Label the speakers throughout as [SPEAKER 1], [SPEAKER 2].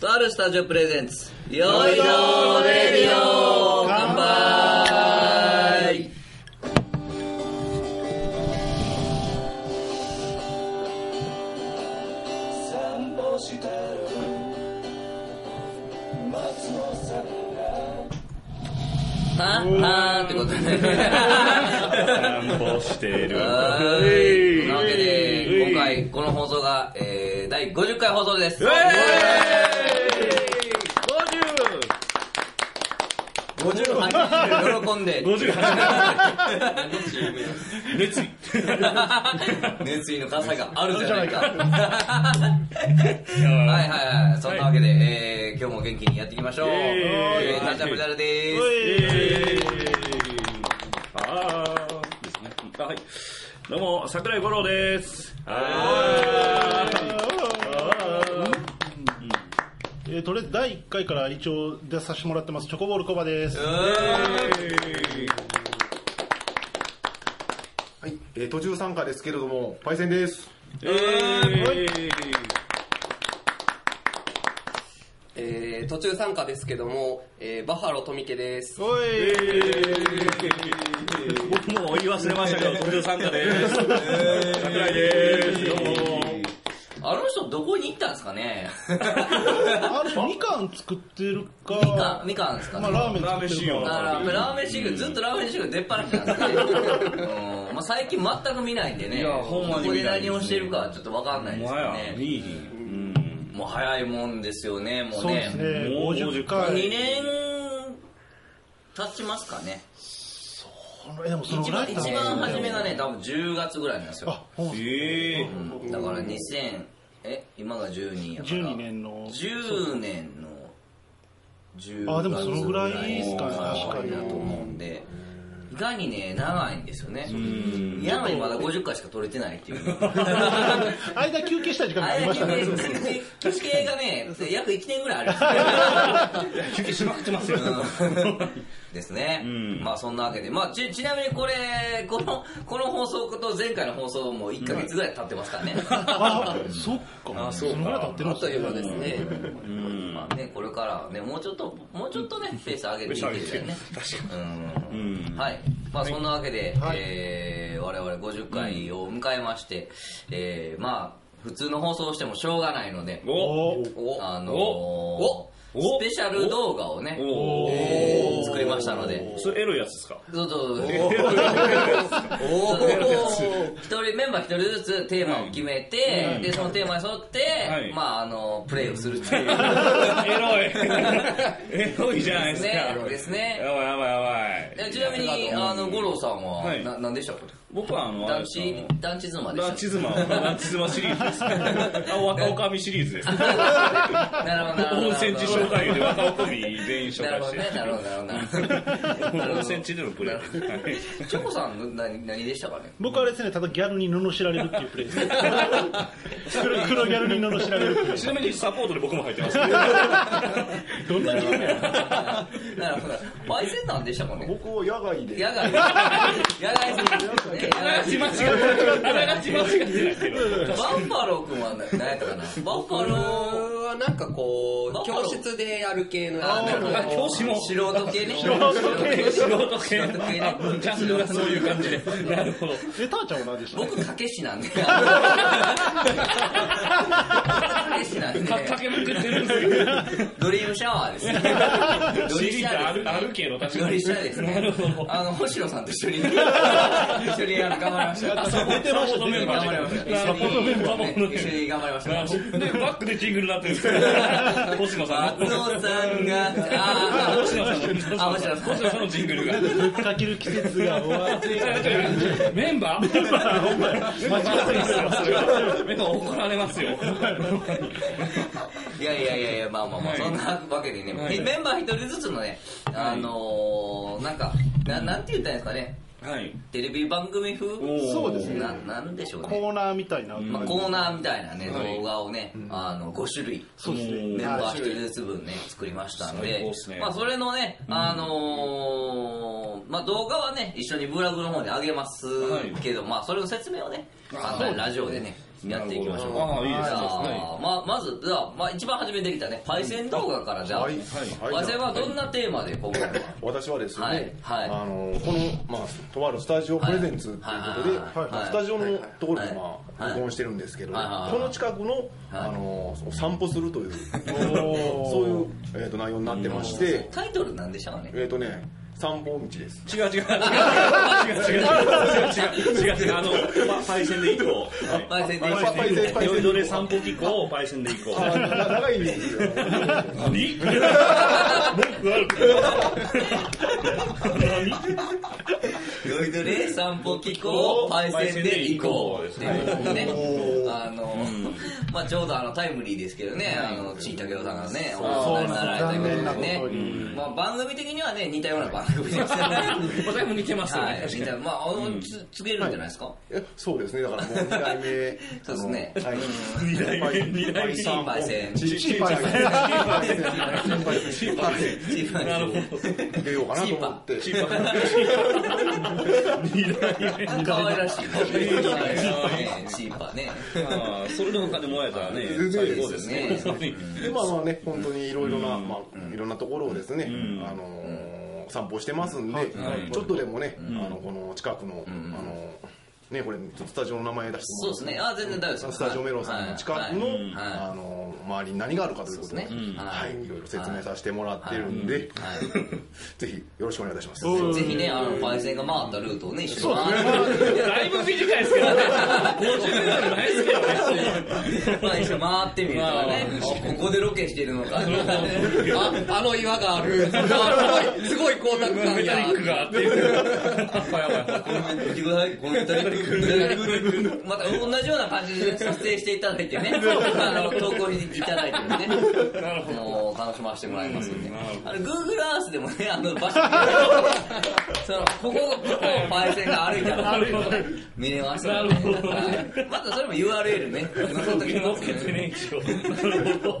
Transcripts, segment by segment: [SPEAKER 1] とあるスタジオプレゼンツよいどーレディオ乾杯
[SPEAKER 2] 散歩してる松野さんが
[SPEAKER 1] はんはんってことで
[SPEAKER 3] 散歩してる。
[SPEAKER 1] はーい。なわけで、今回この放送が、えー、第50回放送です。
[SPEAKER 3] う
[SPEAKER 1] 50回喜んで。
[SPEAKER 3] 50熱意。
[SPEAKER 1] 熱意の傘があるじゃないか。はいはいはい。そんなわけで、えー、今日も元気にやっていきましょう。えー、タッチャプダルでーす。
[SPEAKER 3] あーですねあはい。どうも、桜井五郎です。
[SPEAKER 4] えーとりあえず第1回から一応出させてもらってますチョコボールコバです
[SPEAKER 1] うーん
[SPEAKER 5] はい、えー途中参加ですけれども、パイセンです。
[SPEAKER 6] えー、途中参加ですけども、えー、バッハロ富家です。
[SPEAKER 4] おい
[SPEAKER 3] 僕もう言い忘れましたけど、途中参加です。桜井です。どうも。
[SPEAKER 1] あの人どこに行ったんですかね
[SPEAKER 4] あれみかん作ってるか
[SPEAKER 1] みかん、みかんですか
[SPEAKER 4] ま
[SPEAKER 1] ね
[SPEAKER 4] あ、ラーメン
[SPEAKER 3] ラーメン修
[SPEAKER 4] 作ってる
[SPEAKER 3] 行
[SPEAKER 4] か
[SPEAKER 1] あラーメンラーメンシグ、ずっとラーメンシグ出っ放しなんですね。うんまあ最近全く見ないんでね。
[SPEAKER 3] いやほんまに
[SPEAKER 1] ここ
[SPEAKER 3] 見
[SPEAKER 1] で
[SPEAKER 3] ない
[SPEAKER 1] 何をしてるかはちょっとわかんないです
[SPEAKER 3] も
[SPEAKER 1] け
[SPEAKER 3] は
[SPEAKER 1] ど
[SPEAKER 3] や、
[SPEAKER 1] ね。
[SPEAKER 3] いい。うん。
[SPEAKER 1] もう早いもんですよね、もう
[SPEAKER 4] そうですね
[SPEAKER 1] ね。
[SPEAKER 3] もう
[SPEAKER 4] 50
[SPEAKER 1] 2
[SPEAKER 3] は
[SPEAKER 4] 回
[SPEAKER 1] 年経ちますかね。
[SPEAKER 4] これでもその
[SPEAKER 1] 一
[SPEAKER 4] ぐら
[SPEAKER 1] 番
[SPEAKER 4] い
[SPEAKER 1] 一
[SPEAKER 4] だった
[SPEAKER 1] 番
[SPEAKER 4] な
[SPEAKER 1] 初めがね、多分10月ぐらいなんですよ。
[SPEAKER 4] あほん
[SPEAKER 3] ええ
[SPEAKER 1] うんだから2000、え、今が12やから。
[SPEAKER 4] 12年の
[SPEAKER 1] 10年の10
[SPEAKER 4] あでもそのぐらいですかね
[SPEAKER 1] 月
[SPEAKER 4] 確かに
[SPEAKER 1] だと思うんで意外にね長いんですよねやのにまだ50回しか取れてないって いうね
[SPEAKER 4] 間休憩した時間が
[SPEAKER 1] あ
[SPEAKER 4] あり
[SPEAKER 1] れ
[SPEAKER 4] ま
[SPEAKER 1] だ
[SPEAKER 4] した
[SPEAKER 1] け
[SPEAKER 4] ね
[SPEAKER 1] ね休憩がね約1年ぐらいあるんですよ
[SPEAKER 3] 休憩しまくってますよ。
[SPEAKER 1] ですね、
[SPEAKER 3] ん
[SPEAKER 1] まあそんなわけで、まあ、ちちなみにこれこのこの放送と前回の放送も1か月ぐらい経ってます からね、
[SPEAKER 4] あそっか
[SPEAKER 3] あそうか
[SPEAKER 4] のぐらい経ってるん
[SPEAKER 6] あっという間
[SPEAKER 4] で
[SPEAKER 6] ですす
[SPEAKER 4] ね
[SPEAKER 6] ね。
[SPEAKER 3] うん。
[SPEAKER 1] まあね、これからはね、もうちょっと、もうちょっとね、ペース上げていけるよ ね。確かに。
[SPEAKER 3] うん
[SPEAKER 1] はい。まあ、そんなわけで、えー我々50回を迎えまして、えーまあ、普通の放送をしてもしょうがないので、
[SPEAKER 3] お
[SPEAKER 1] おあのー
[SPEAKER 3] おお
[SPEAKER 1] スペシャル動画をね、
[SPEAKER 3] お
[SPEAKER 1] えー作りましたので、
[SPEAKER 3] それエロいやつ ですか
[SPEAKER 1] そうそうそう一人メンバー一人ずつテーマを決めて、でそのテーマに沿って、
[SPEAKER 3] はい
[SPEAKER 1] まああのプレイをするっていう
[SPEAKER 3] エロい エロいじゃないですか。
[SPEAKER 1] ねですね
[SPEAKER 3] やばいやばいやばい。
[SPEAKER 1] えちなみに、あの、五郎さんは、
[SPEAKER 3] はい
[SPEAKER 1] な、なんでしたっ
[SPEAKER 3] 僕はあの、あれ
[SPEAKER 1] 団
[SPEAKER 3] です
[SPEAKER 1] 地、団地妻
[SPEAKER 3] あ
[SPEAKER 1] でし
[SPEAKER 3] の
[SPEAKER 1] た
[SPEAKER 3] ランチ妻、ランチ妻シリーズです。 あ、若おかみシリーズです。
[SPEAKER 1] なるほど、なるほど。
[SPEAKER 3] 温泉地紹介で若おかみ全員紹
[SPEAKER 1] なる
[SPEAKER 3] 介
[SPEAKER 1] ほ
[SPEAKER 3] し
[SPEAKER 1] どね、なるほ
[SPEAKER 3] て。
[SPEAKER 1] ど、なるほどなるほど。
[SPEAKER 3] 温泉地でのプレイですはい。
[SPEAKER 1] チョコさんの何、何でしたかね
[SPEAKER 4] 僕はあれですねただギャルに罵られるっていうプレイです黒黒ギャルに罵られるって いう
[SPEAKER 3] ちなみにサポートで僕も入ってます。
[SPEAKER 4] どんなゲームや
[SPEAKER 1] なるほど。パイセンなんでしたかね
[SPEAKER 5] 僕を野外で。
[SPEAKER 1] 野外。野外すぎる。野外すぎる。
[SPEAKER 3] あながち間違ってないけど。
[SPEAKER 1] バンファロー君は何やったかなバンファ
[SPEAKER 6] あ
[SPEAKER 1] ロ
[SPEAKER 6] のー、はなんかこ
[SPEAKER 1] バ
[SPEAKER 6] う、
[SPEAKER 1] ッハロ
[SPEAKER 6] 教
[SPEAKER 1] ー
[SPEAKER 6] 室でやる系のや
[SPEAKER 1] ー。
[SPEAKER 6] つ。
[SPEAKER 3] あ教師も
[SPEAKER 1] 素人系ね。素
[SPEAKER 3] 素人系
[SPEAKER 1] 素人系ね
[SPEAKER 3] あジャンルがそういう感じで。なるほど。
[SPEAKER 4] えターち ゃんは何でした
[SPEAKER 1] 僕、たけしなんで。たけしなんで。
[SPEAKER 3] かかけまくってるんですけど。
[SPEAKER 1] ドリームシャワーですね。ドリ
[SPEAKER 3] シリ
[SPEAKER 1] シ
[SPEAKER 3] ーズあ
[SPEAKER 1] ャ
[SPEAKER 3] る
[SPEAKER 1] です
[SPEAKER 3] あるけど、確
[SPEAKER 1] ド
[SPEAKER 3] か
[SPEAKER 1] リ
[SPEAKER 3] に。
[SPEAKER 1] シャです
[SPEAKER 3] なる
[SPEAKER 1] ね
[SPEAKER 3] ほど。。
[SPEAKER 1] あの、星野さんと一緒に、一緒にあの頑張りました。
[SPEAKER 3] サポートメンバ
[SPEAKER 1] 頑張りま
[SPEAKER 3] ー
[SPEAKER 1] した。
[SPEAKER 3] で。サポートメンバーも
[SPEAKER 1] ね一緒に頑張りました。
[SPEAKER 3] で、バックでジングルになってるんですけど、星野さん
[SPEAKER 1] 松
[SPEAKER 3] の。
[SPEAKER 1] 尾さんが、あ
[SPEAKER 3] 星野さんの、
[SPEAKER 1] あ星野さん
[SPEAKER 3] 星野さんのジングルが。
[SPEAKER 4] ぶっかける季節が終わって
[SPEAKER 3] メンバーメンバー間違いですよ、それは。メンバー怒られますよ。
[SPEAKER 1] ーいやいやいやいや、まあまあまあ、
[SPEAKER 3] はい
[SPEAKER 1] そんなわけでね、
[SPEAKER 3] はい
[SPEAKER 1] メンバー一人ずつのね、あのー、なんか、ななんて言ったらいいんですかね、
[SPEAKER 3] はい。
[SPEAKER 1] テレビ番組風
[SPEAKER 4] そうですね
[SPEAKER 1] ななんでしょうね。
[SPEAKER 4] コーナーみたいな、
[SPEAKER 1] まあ、コーナーみたいなね、
[SPEAKER 3] はい
[SPEAKER 1] 動画をね、あの、5種類。
[SPEAKER 4] そうです
[SPEAKER 1] メ
[SPEAKER 4] ね
[SPEAKER 1] ンバー1人ずつ分ね、作りましたん
[SPEAKER 3] 最
[SPEAKER 1] で
[SPEAKER 3] 高っす、ね
[SPEAKER 1] まあ、それのね、あのー、まあ、動画はね、一緒にブログの方に上げますけど、まあ、それの説明をね、まあラジオでね、やっていきましょう。
[SPEAKER 7] ああ、いいです
[SPEAKER 1] じゃ
[SPEAKER 7] ね。
[SPEAKER 1] あまあまず、じゃあ、まあ、一番初めてできたね、パイセン動画から、じゃあ、
[SPEAKER 5] はいはい
[SPEAKER 1] パイセンはどんなテーマで今回は、
[SPEAKER 5] 私はですね、
[SPEAKER 1] はいはい
[SPEAKER 5] あのこの、まあ、とあるスタジオプレゼンツということで、
[SPEAKER 1] はいはいはいはい
[SPEAKER 5] スタジオのところで、まあ
[SPEAKER 1] はい
[SPEAKER 5] 録音してるんですけど、
[SPEAKER 1] はいはいはい
[SPEAKER 5] この近くの,、あのお散歩するという、そういう、えー、と内容になってまして、
[SPEAKER 1] タイトルなんでしょうね。
[SPEAKER 5] えっ、とね散歩道です
[SPEAKER 7] 違う違う違う違う違う違う違う違う違う違う違うあの
[SPEAKER 3] パパイセンで行こう。はい
[SPEAKER 1] パイセンで
[SPEAKER 5] パイセンパイセン
[SPEAKER 3] 酔いどれ散歩機構をパイセンで行こ
[SPEAKER 5] あな長いんですよ
[SPEAKER 3] う。
[SPEAKER 1] 酔いどれ散歩機構パイセンで行こうっていうことでねあの、まあちょうどあのタイムリーですけどね、あの、ちいたけさんがね、お亡くなりになられたということでね、まあ番組的にはね、似たような番組ですよね。
[SPEAKER 7] お互いも似てますよ
[SPEAKER 1] は
[SPEAKER 7] ね
[SPEAKER 1] い、似たまあ、あの、つ、つけるんじゃないですか。
[SPEAKER 5] えそうですねだからもう2代目
[SPEAKER 1] そうですね
[SPEAKER 5] はい
[SPEAKER 3] 代目二代目
[SPEAKER 5] 散歩
[SPEAKER 1] パイセン
[SPEAKER 5] チーパイセンチーパイセン
[SPEAKER 1] チーパー
[SPEAKER 7] なるほ
[SPEAKER 5] 出ようかなと思って
[SPEAKER 7] チーパ
[SPEAKER 1] 可愛らしい。 可愛らしいねチーパーね。
[SPEAKER 3] あーそれの他でもらえたらね、
[SPEAKER 5] 全然
[SPEAKER 3] 最高ですね。
[SPEAKER 1] そう
[SPEAKER 5] でまあまあね本当にいろいろな、まあいろんなところをですね、あのー散歩してますんで、ちょっとでもね、あのこの近くの、あのーねこれちょっとスタジオの名前出して
[SPEAKER 1] そうですね。あ、全然大丈夫です。
[SPEAKER 5] スタジオメロンさんの近くの、
[SPEAKER 1] はいは
[SPEAKER 5] あのー周りに何があるかということで
[SPEAKER 1] そうですね
[SPEAKER 5] は
[SPEAKER 1] はい
[SPEAKER 5] い、いろいろ説明させてもらってるんで、
[SPEAKER 1] いはい
[SPEAKER 5] ぜひよろしくお願いいたします。
[SPEAKER 1] いぜひね、あの、パイセンが回ったルートをね、一緒に回って
[SPEAKER 7] だいぶ短いですけどね50年じゃないですけど
[SPEAKER 1] まあ一緒に回ってみるとかね、ここでロケしてるのか、
[SPEAKER 6] あ、あの岩がある。あすごい、すごい高楽感
[SPEAKER 7] メタリ
[SPEAKER 6] や
[SPEAKER 7] ッ。クがあってやばいやばい
[SPEAKER 1] ごめん見てください、ごめんなさいまた同じような感じで撮影していただいてね、あの投稿していただいてもね、もう楽しませてもらいますんで、あの Google Earth でもね、 あの場所、そのここここをパイセンが歩いたら
[SPEAKER 7] 歩いたら
[SPEAKER 1] 見れますので
[SPEAKER 7] なるほど
[SPEAKER 1] はいまたそれも URL ね、載せとき
[SPEAKER 7] 乗
[SPEAKER 1] ま
[SPEAKER 7] っ
[SPEAKER 1] す
[SPEAKER 7] け
[SPEAKER 1] ん
[SPEAKER 7] て
[SPEAKER 1] で
[SPEAKER 7] ね一応なるほど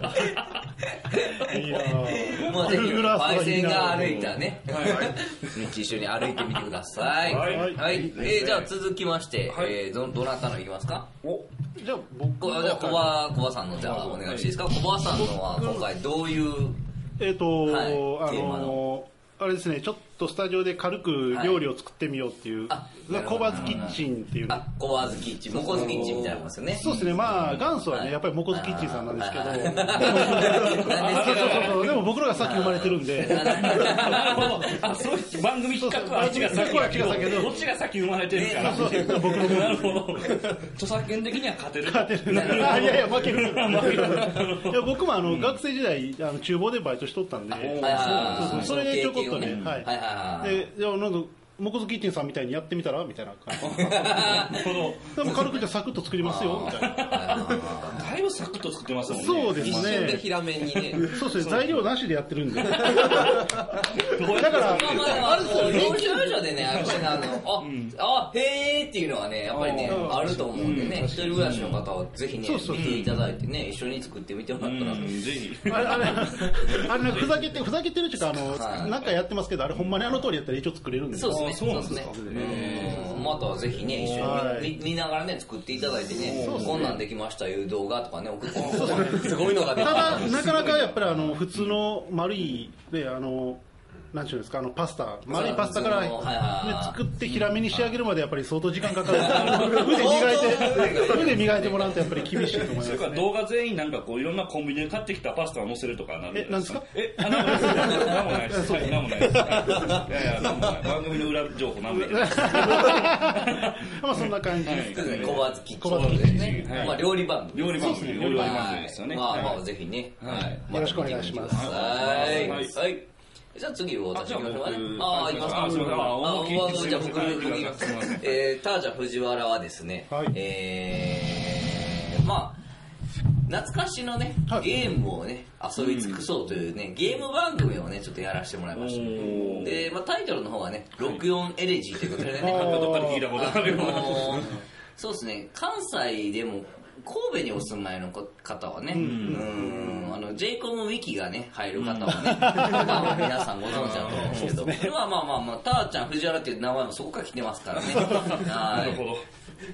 [SPEAKER 4] いやー
[SPEAKER 1] もうぜひ、
[SPEAKER 4] Google Earth
[SPEAKER 1] パイ
[SPEAKER 4] はい
[SPEAKER 1] セ
[SPEAKER 4] い
[SPEAKER 1] ン
[SPEAKER 4] な
[SPEAKER 1] が歩いたね、道一緒に歩いてみてください。はい。はいえーじゃあ続きまして、
[SPEAKER 7] はい
[SPEAKER 1] えーど、どなたのいきますか
[SPEAKER 7] お
[SPEAKER 4] じゃあ僕
[SPEAKER 1] こ
[SPEAKER 4] は
[SPEAKER 1] じゃあ、コバ、コバさんの、じゃあ、お願いしていいですかコバさんのは、今回どういう、
[SPEAKER 4] えっ、と、
[SPEAKER 1] はい
[SPEAKER 4] あ
[SPEAKER 1] テーマ
[SPEAKER 4] のーあれですね、ちょっとスタジオで軽く料理を作ってみようっていう、
[SPEAKER 1] あなるほ
[SPEAKER 4] コ
[SPEAKER 1] ど
[SPEAKER 4] バズキッチンっていう、
[SPEAKER 1] あ、コバズキッチン、モコズキッチンみたいなもんですよね。
[SPEAKER 4] そうですね、まあ、元祖はね、やっぱりモコズキッチンさ んなんですけど、あそうそうそうそうでも僕らがさっき生まれてるんで、
[SPEAKER 7] なるほどあそういう番組企画はあっちが先やけど
[SPEAKER 4] こっちが先やけど
[SPEAKER 7] どっちが先生まれてるから
[SPEAKER 4] そうそう僕も
[SPEAKER 7] なるほど著作権的には勝てる
[SPEAKER 4] あいやい や、負ける。
[SPEAKER 7] 負ける
[SPEAKER 4] いや僕もあの、学生時代、あの厨房でバイトしとったんで、そうそうそれでちょこっとね、
[SPEAKER 1] は
[SPEAKER 4] はいい
[SPEAKER 1] はいはいはい。
[SPEAKER 4] で、じゃあ、なんか、モコズキッチンさんみたいにやってみたらみたいな 感じ。
[SPEAKER 7] なるほ
[SPEAKER 4] でも軽くじゃあサクッと作りますよ、みたいな。
[SPEAKER 7] どだいぶサクッと作ってますもんね
[SPEAKER 4] そうです
[SPEAKER 6] 一瞬で
[SPEAKER 4] ね。
[SPEAKER 6] 平面にね。
[SPEAKER 4] そうですね、材料なしでやってるんで。だか
[SPEAKER 7] どうやって
[SPEAKER 4] ら、
[SPEAKER 1] まあまあまあ、そう、同級者でね、やっぱりねあの、あ、あ、へーっていうのはね、やっぱりね、あると思うんでね、一人暮らしの方はぜひね、
[SPEAKER 4] そうそう
[SPEAKER 1] 見ていただいてね、一緒に作ってみてもらったら、
[SPEAKER 3] うんぜひ。
[SPEAKER 4] あれ、あれ、あれなんかふざけて、ふざけてるっていうか、あ
[SPEAKER 1] は
[SPEAKER 4] の、
[SPEAKER 1] い
[SPEAKER 4] なんかやってますけど、あれほんまにあの通りやったら一応作れるんで。
[SPEAKER 1] そうですね。
[SPEAKER 7] あそうなんですか
[SPEAKER 1] そうですねうんまたはぜひね、一緒に見見ながらね、作っていただいてね、こんなんできましたいう動画とかね、送ってもらって
[SPEAKER 6] すごいのが出
[SPEAKER 4] た
[SPEAKER 6] た
[SPEAKER 4] だ。、なかなかやっぱりあの、普通の丸い、で、あの、なんちゅうんですか、あの、パスタ、丸いパスタから、
[SPEAKER 1] はいはいはい
[SPEAKER 4] ね作って平目に仕上げるまでやっぱり相当時間かかる。 腕磨いて、腕磨いてもらうとやっぱり厳しいと思います
[SPEAKER 3] それか
[SPEAKER 4] ね
[SPEAKER 3] ら。動画全員なんかこういろんなコンビニで買ってきたパスタを載せるとかなる
[SPEAKER 4] え、なんですか
[SPEAKER 3] え、あ、なんもないです。はいなんもないです。はいいやいや、なんもない。番組の裏情報なんもないです。
[SPEAKER 4] まあそんな感じです。
[SPEAKER 1] ね、小松キッチ
[SPEAKER 4] 小松
[SPEAKER 1] ン
[SPEAKER 4] キ
[SPEAKER 1] で
[SPEAKER 4] ッ
[SPEAKER 1] すね。まあ料理番組。
[SPEAKER 3] 料理番組、料理番組ですよね。
[SPEAKER 1] まあま
[SPEAKER 3] は
[SPEAKER 1] あ、ぜひね。はい
[SPEAKER 4] よろしくお願いします
[SPEAKER 1] はい。
[SPEAKER 3] は
[SPEAKER 1] はいい。じゃあ次、私
[SPEAKER 3] じゃあ
[SPEAKER 1] 行きましょうかね
[SPEAKER 3] 僕
[SPEAKER 1] ああ、行きますか。
[SPEAKER 3] あすいませんあ大きい
[SPEAKER 1] あ僕じゃあ僕、
[SPEAKER 3] すいません
[SPEAKER 1] 僕行きます
[SPEAKER 3] すいません。
[SPEAKER 1] えー、タージャ藤原はですね
[SPEAKER 4] はい、
[SPEAKER 1] えー、まあ、懐かしのね、
[SPEAKER 4] はい
[SPEAKER 1] ゲームをね、遊び尽くそうというね、ゲーム番組をね、ちょっとやらせてもらいました。で、まあタイトルの方はね、64エレジーということでね、
[SPEAKER 3] いどっかで聞いたことあるよう
[SPEAKER 1] あ
[SPEAKER 3] な。
[SPEAKER 1] のーそうですね関西でも神戸にお住まいの方はね、うん、あの j コムウィキがね、入る方はね、 まあ皆さんご存知だと思うんですけど、まあまあまあまあ、たーちゃん、藤原っていう名前もそこから来てますからね。はい
[SPEAKER 3] なるほど。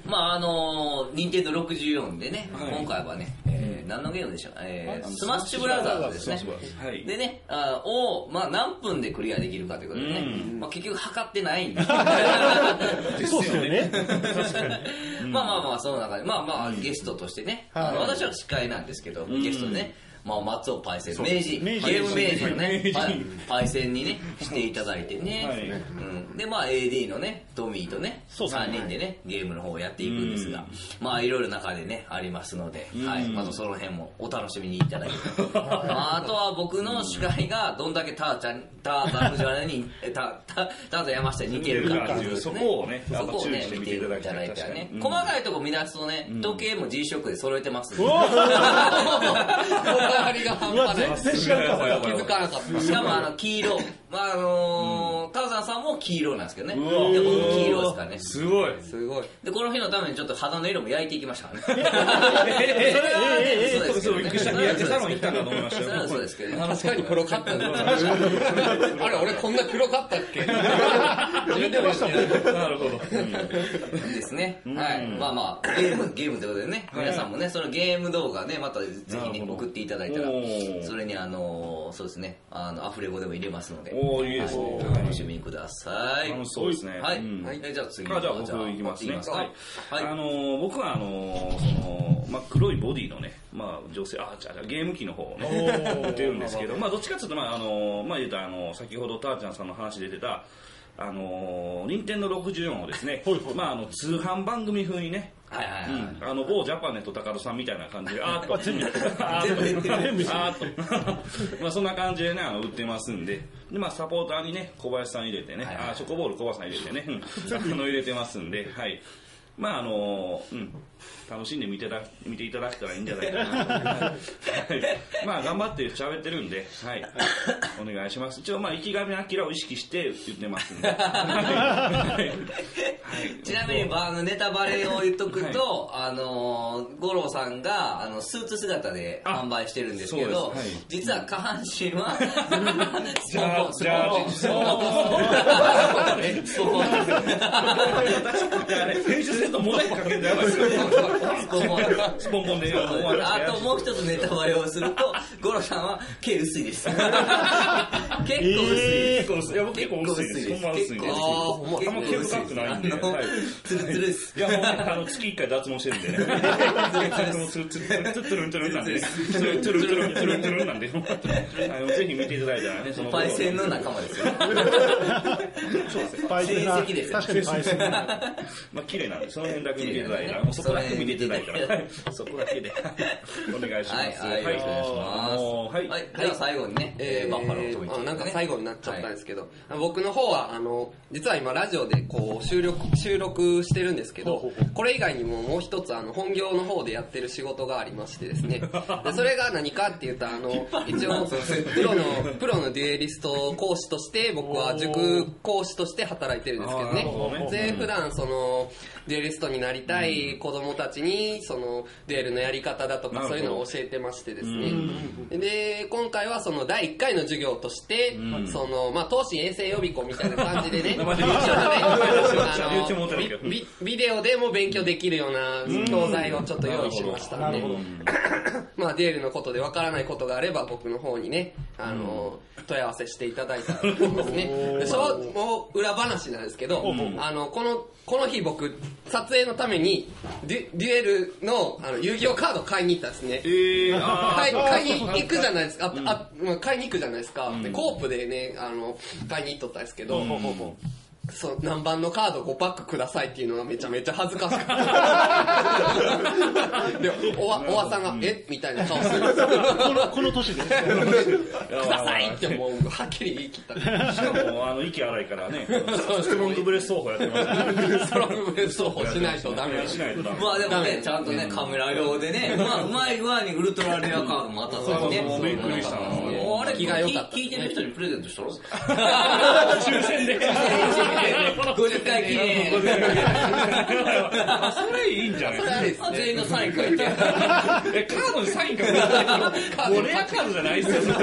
[SPEAKER 1] まああのー、任天堂64でね、今回はね、えー何のゲームでしょう、えースマッシュブラザーズですね
[SPEAKER 3] スマッシュブラザーズはい。
[SPEAKER 1] でね、あーを、まあ、何分でクリアできるかということでね、まあ、結局測ってない んで
[SPEAKER 4] そうですよね。
[SPEAKER 1] まあまあまあ、その中で、まあまあ、ゲストとしてね、あの私は司会なんですけど、ゲストでね、まあ、松尾パイセン、名人、ゲ
[SPEAKER 4] 名人
[SPEAKER 1] ーム名人のね
[SPEAKER 3] 名、人
[SPEAKER 1] はいパイセンにね、していただいて
[SPEAKER 3] はい
[SPEAKER 1] ね、うんで、まあ、AD のね、トミーとね、
[SPEAKER 4] そうですね
[SPEAKER 1] 3人でね、ゲームの方をやっていくんですが、まあ、いろいろ中でね、ありますので、はい、まずその辺もお楽しみにいただいて、まあ、あとは僕の司会がどんだけターちゃん、ターザン藤原に、えタタターザン山下に似てるかっていう、
[SPEAKER 3] そこをね
[SPEAKER 1] そこをね
[SPEAKER 3] あの注意して
[SPEAKER 1] 見
[SPEAKER 3] 見
[SPEAKER 1] て
[SPEAKER 3] て
[SPEAKER 1] い
[SPEAKER 3] い
[SPEAKER 1] ただ
[SPEAKER 3] ただ
[SPEAKER 1] き
[SPEAKER 3] き
[SPEAKER 1] た
[SPEAKER 3] た
[SPEAKER 1] い
[SPEAKER 3] い
[SPEAKER 1] ですね
[SPEAKER 3] う。ん
[SPEAKER 1] 細かいとこ見出すとね、時計も G ショックで揃えてますんで。
[SPEAKER 4] お
[SPEAKER 1] こだわりが半
[SPEAKER 4] うわ、
[SPEAKER 1] 端ない
[SPEAKER 4] 全。然知らんかったよ。
[SPEAKER 1] 気づかなかった。しかもあの黄色、まああのー、タウザンさんも黄色なんですけどね。で僕も黄色ですからね。
[SPEAKER 3] すごい。
[SPEAKER 6] すごい。
[SPEAKER 1] でこの日のためにちょっと肌の色も焼いていきましたからね。それはねそうですけ
[SPEAKER 3] そう
[SPEAKER 1] ど
[SPEAKER 3] びっ
[SPEAKER 1] ね
[SPEAKER 3] くりした。
[SPEAKER 1] それ
[SPEAKER 3] 日
[SPEAKER 1] は
[SPEAKER 3] 焼けサロン行ったんかと思いましたよ。
[SPEAKER 1] そうですけどね。
[SPEAKER 6] 確かに黒かったねあれ、俺こんな黒かったっ け自分でも言ってない
[SPEAKER 3] なるほど。
[SPEAKER 1] ですね。はい。まあまあ、ゲーム、ゲームということでね、皆さんもね、そのゲーム動画ね、またぜひ
[SPEAKER 3] なる
[SPEAKER 1] ね、
[SPEAKER 3] ほど
[SPEAKER 1] 送っていただいたら
[SPEAKER 3] お、ー
[SPEAKER 1] それにあのー、そうですね、あの、アフレコでも入れますので、
[SPEAKER 3] おおいいですね。
[SPEAKER 1] お楽しみください。
[SPEAKER 3] 楽しそうですね
[SPEAKER 1] はい
[SPEAKER 3] うん。
[SPEAKER 1] はいえじゃあ次。
[SPEAKER 3] あじゃあ僕行きますね。
[SPEAKER 1] 行かはい。はい
[SPEAKER 3] あのー僕はあのーそのまあ黒いボディのね、まあ女性あじゃあゲーム機の方をね 売ってるんですけど、まあどっちかっていうとまああのーまあ言うとあのー先ほどターちゃんさんの話で出てた。あのー、任天堂64をですね、まあ、あの通販番組風にね、
[SPEAKER 1] はいはいはい
[SPEAKER 3] うんあの某ジャパネット高田さんみたいな感じで、あーっと、あ
[SPEAKER 1] 全部
[SPEAKER 3] ー
[SPEAKER 1] 言っ
[SPEAKER 3] っ
[SPEAKER 1] て
[SPEAKER 3] と、
[SPEAKER 1] る
[SPEAKER 3] あーっ と、まあそんな感じでね、あの売ってますんで、でまあサポーターにね、小林さん入れてね、
[SPEAKER 1] はいはい
[SPEAKER 3] あーチョコボール小林さん入れてね、うんあ の入れてますんで、はい。まああのーうん、楽しんで見てだ見ていただけたらいいんじゃないかなと、はいまあ頑張って喋ってるんで、はい、お願いします。一応まあ生き神明を意識して言ってますんで。
[SPEAKER 1] ちなみに、あの、ネタバレを言っとくと、あのー、五郎さんが、あの、スーツ姿で販売してるんですけど、
[SPEAKER 3] あそうですはい
[SPEAKER 1] 実は下半身 は、ス
[SPEAKER 3] ジャ
[SPEAKER 1] ポンポ
[SPEAKER 3] ー
[SPEAKER 1] ン、ス
[SPEAKER 3] ジャージ
[SPEAKER 1] ポンポン、スポンポン、スポンポン、
[SPEAKER 3] いやあれ編集するとモザイクかけんだよ、やばい
[SPEAKER 1] スポンポン。
[SPEAKER 3] スポンポンで。
[SPEAKER 1] あともう一つネタバレをすると、五郎さんは毛薄いです。 結構薄いです。
[SPEAKER 3] 結構薄い。いや、僕結構薄いです。ほんま薄い
[SPEAKER 1] 結
[SPEAKER 3] で
[SPEAKER 1] 構薄
[SPEAKER 3] す。
[SPEAKER 1] い
[SPEAKER 3] あんま毛深くないんで。
[SPEAKER 1] あの
[SPEAKER 3] はい
[SPEAKER 1] ツルツルです。
[SPEAKER 3] いや、もうね、あの、月一回脱毛してるんでね。ツルツルツルツルツルツルツルなんでね。ツルツルツルツルツルなんで。はいぜひ見ていただいたらね、その。
[SPEAKER 1] パイセンの仲間ですよ。
[SPEAKER 3] そうですね。
[SPEAKER 4] パイセンな
[SPEAKER 1] 成績ですよ
[SPEAKER 4] 確かにパイセンな
[SPEAKER 3] まあ、綺麗なんで、その辺だけ見ていただいたら、もうそこだけ見ていただいたら、はいそこだけで、お願いしま
[SPEAKER 1] はい、
[SPEAKER 3] す。
[SPEAKER 1] はい、よろしくお願いします。
[SPEAKER 3] はい
[SPEAKER 1] はい、では最後にね、えー、バッファローと
[SPEAKER 6] あなんか最後になっちゃったんですけど、僕の方はあの実は今ラジオでこう収録収録してるんですけどこれ以外にももう一つあの本業の方でやってる仕事がありましてですねでそれが何かっていうとあの一応プロのプロのデュエリスト講師として僕は塾講師として働いてるんですけど
[SPEAKER 3] あーなるほどね
[SPEAKER 6] ねで普段そのデュエリストになりたい子供たちにそのデュエルのやり方だと
[SPEAKER 3] なる
[SPEAKER 6] か
[SPEAKER 3] ほど
[SPEAKER 6] そういうのを教えてましてですね、で今回はその第1回の授業として、そのまあ投資衛生予備校みたいな感じでね一
[SPEAKER 3] 生
[SPEAKER 6] 緒
[SPEAKER 3] で
[SPEAKER 6] にね
[SPEAKER 3] 言っちゃった
[SPEAKER 6] あ
[SPEAKER 3] 言っちゃもう
[SPEAKER 6] の
[SPEAKER 3] たんだけど
[SPEAKER 6] ビビビデオでも勉強できるような教材をちょっと用意しましたんで、 まあデュエルのことでわからないことがあれば僕の方にねあの、問い合わせしていただいたらと思いますねでしょもう裏話なんですけど、あのこのこの日僕撮影のためにデュデュエルのあの遊戯王カード買いに行ったんですね
[SPEAKER 3] えー、あ
[SPEAKER 6] 買い買いに行くじゃないですか、ああまあ買いに行くじゃないですか、でコープでねあの買いに行っとったんですけど、そう何番のカード5パックくださいっていうのがめちゃめちゃ恥ずかしか ったでおわおわさんが「えみたいな顔するんですよ
[SPEAKER 4] この、この年で。
[SPEAKER 3] ー、
[SPEAKER 6] くださいってもうはっきり言い切った
[SPEAKER 3] しかも、あの、息荒いからね、ストロングブレス奏法やってます
[SPEAKER 6] ストロングブレス投法しないとダメだ
[SPEAKER 3] しないとダメ。
[SPEAKER 1] まあでもね、ちゃんとね、カメラ用でね、まあ、うまい具合にウルトラレアカードもあったそうね。
[SPEAKER 3] そうそうびっくりしたな
[SPEAKER 1] あれれ
[SPEAKER 6] 気が良かった
[SPEAKER 1] 聞いてる人にプレゼントしたろ
[SPEAKER 7] 抽選で。
[SPEAKER 1] 50回記念
[SPEAKER 7] それいいんじゃない
[SPEAKER 1] 全員のサイン書
[SPEAKER 7] え
[SPEAKER 1] いて
[SPEAKER 7] カードにサイン書くのこれやカードじゃないっすよ。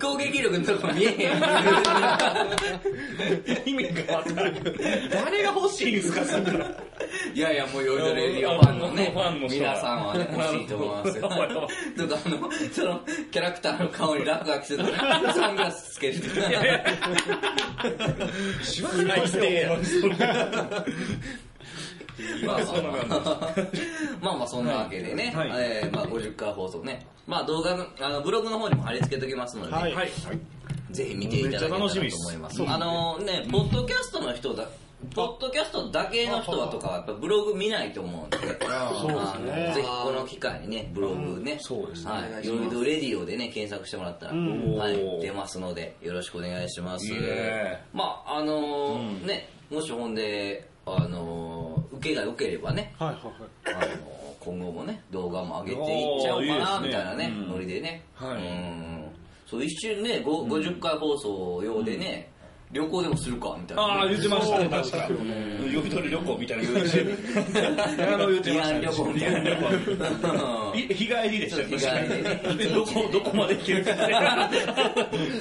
[SPEAKER 1] 攻撃力のとこ見えへん
[SPEAKER 7] 意味がわかんない。誰が欲しいんすか、そんな。
[SPEAKER 1] いやいや、もう、ヨイドレディオファンのね、
[SPEAKER 7] ファンの人は
[SPEAKER 1] 皆さんはね、欲しいと思いま すよ。ちょっとあの、その、キャラクターの顔に落書きしてたら、サングラスつけるとか。
[SPEAKER 7] しばらく
[SPEAKER 1] まあまあ
[SPEAKER 7] んな
[SPEAKER 1] まあ、 まあまあそんなわけでね、
[SPEAKER 3] はい
[SPEAKER 1] えーまあ50回放送ね、まあ動画の、あのブログの方にも貼り付けときますのでね、
[SPEAKER 4] はい
[SPEAKER 3] はい。
[SPEAKER 1] ぜひ見ていただけたらと思います。あのね、ポッドキャストの人だ、ポッドキャストだけの人はとかはやっぱブログ見ないと思うんで、あ
[SPEAKER 4] そうですね
[SPEAKER 1] のぜひこの機会にね、ブログね、
[SPEAKER 3] そうですね
[SPEAKER 1] はい、ヨイドレディオでね、検索してもらったら、
[SPEAKER 4] ん
[SPEAKER 1] はい、出ますので、よろしくお願いします
[SPEAKER 3] いいね。
[SPEAKER 1] まああのーね、もしほんで、あのー受けが良ければね、
[SPEAKER 4] はいはいはい。
[SPEAKER 1] あの今後もね動画も上げていっちゃおうか
[SPEAKER 3] あ
[SPEAKER 1] な
[SPEAKER 3] ーいい
[SPEAKER 1] み
[SPEAKER 3] ですね
[SPEAKER 1] たいなね
[SPEAKER 3] うん
[SPEAKER 1] ノリでね、
[SPEAKER 3] はい
[SPEAKER 1] うんそう一瞬ねご50回放送用でね、旅行でもするかみたい
[SPEAKER 3] あ
[SPEAKER 1] な
[SPEAKER 3] あ、
[SPEAKER 1] ね、
[SPEAKER 3] 言ってましたね、確か。呼び取り旅行みたいな言うし。あの、言ってま したね。
[SPEAKER 1] 離岸旅行みたいなうん
[SPEAKER 3] い日帰りでした
[SPEAKER 1] 日帰りでね
[SPEAKER 3] 確かにどこ、どこまで行けるかね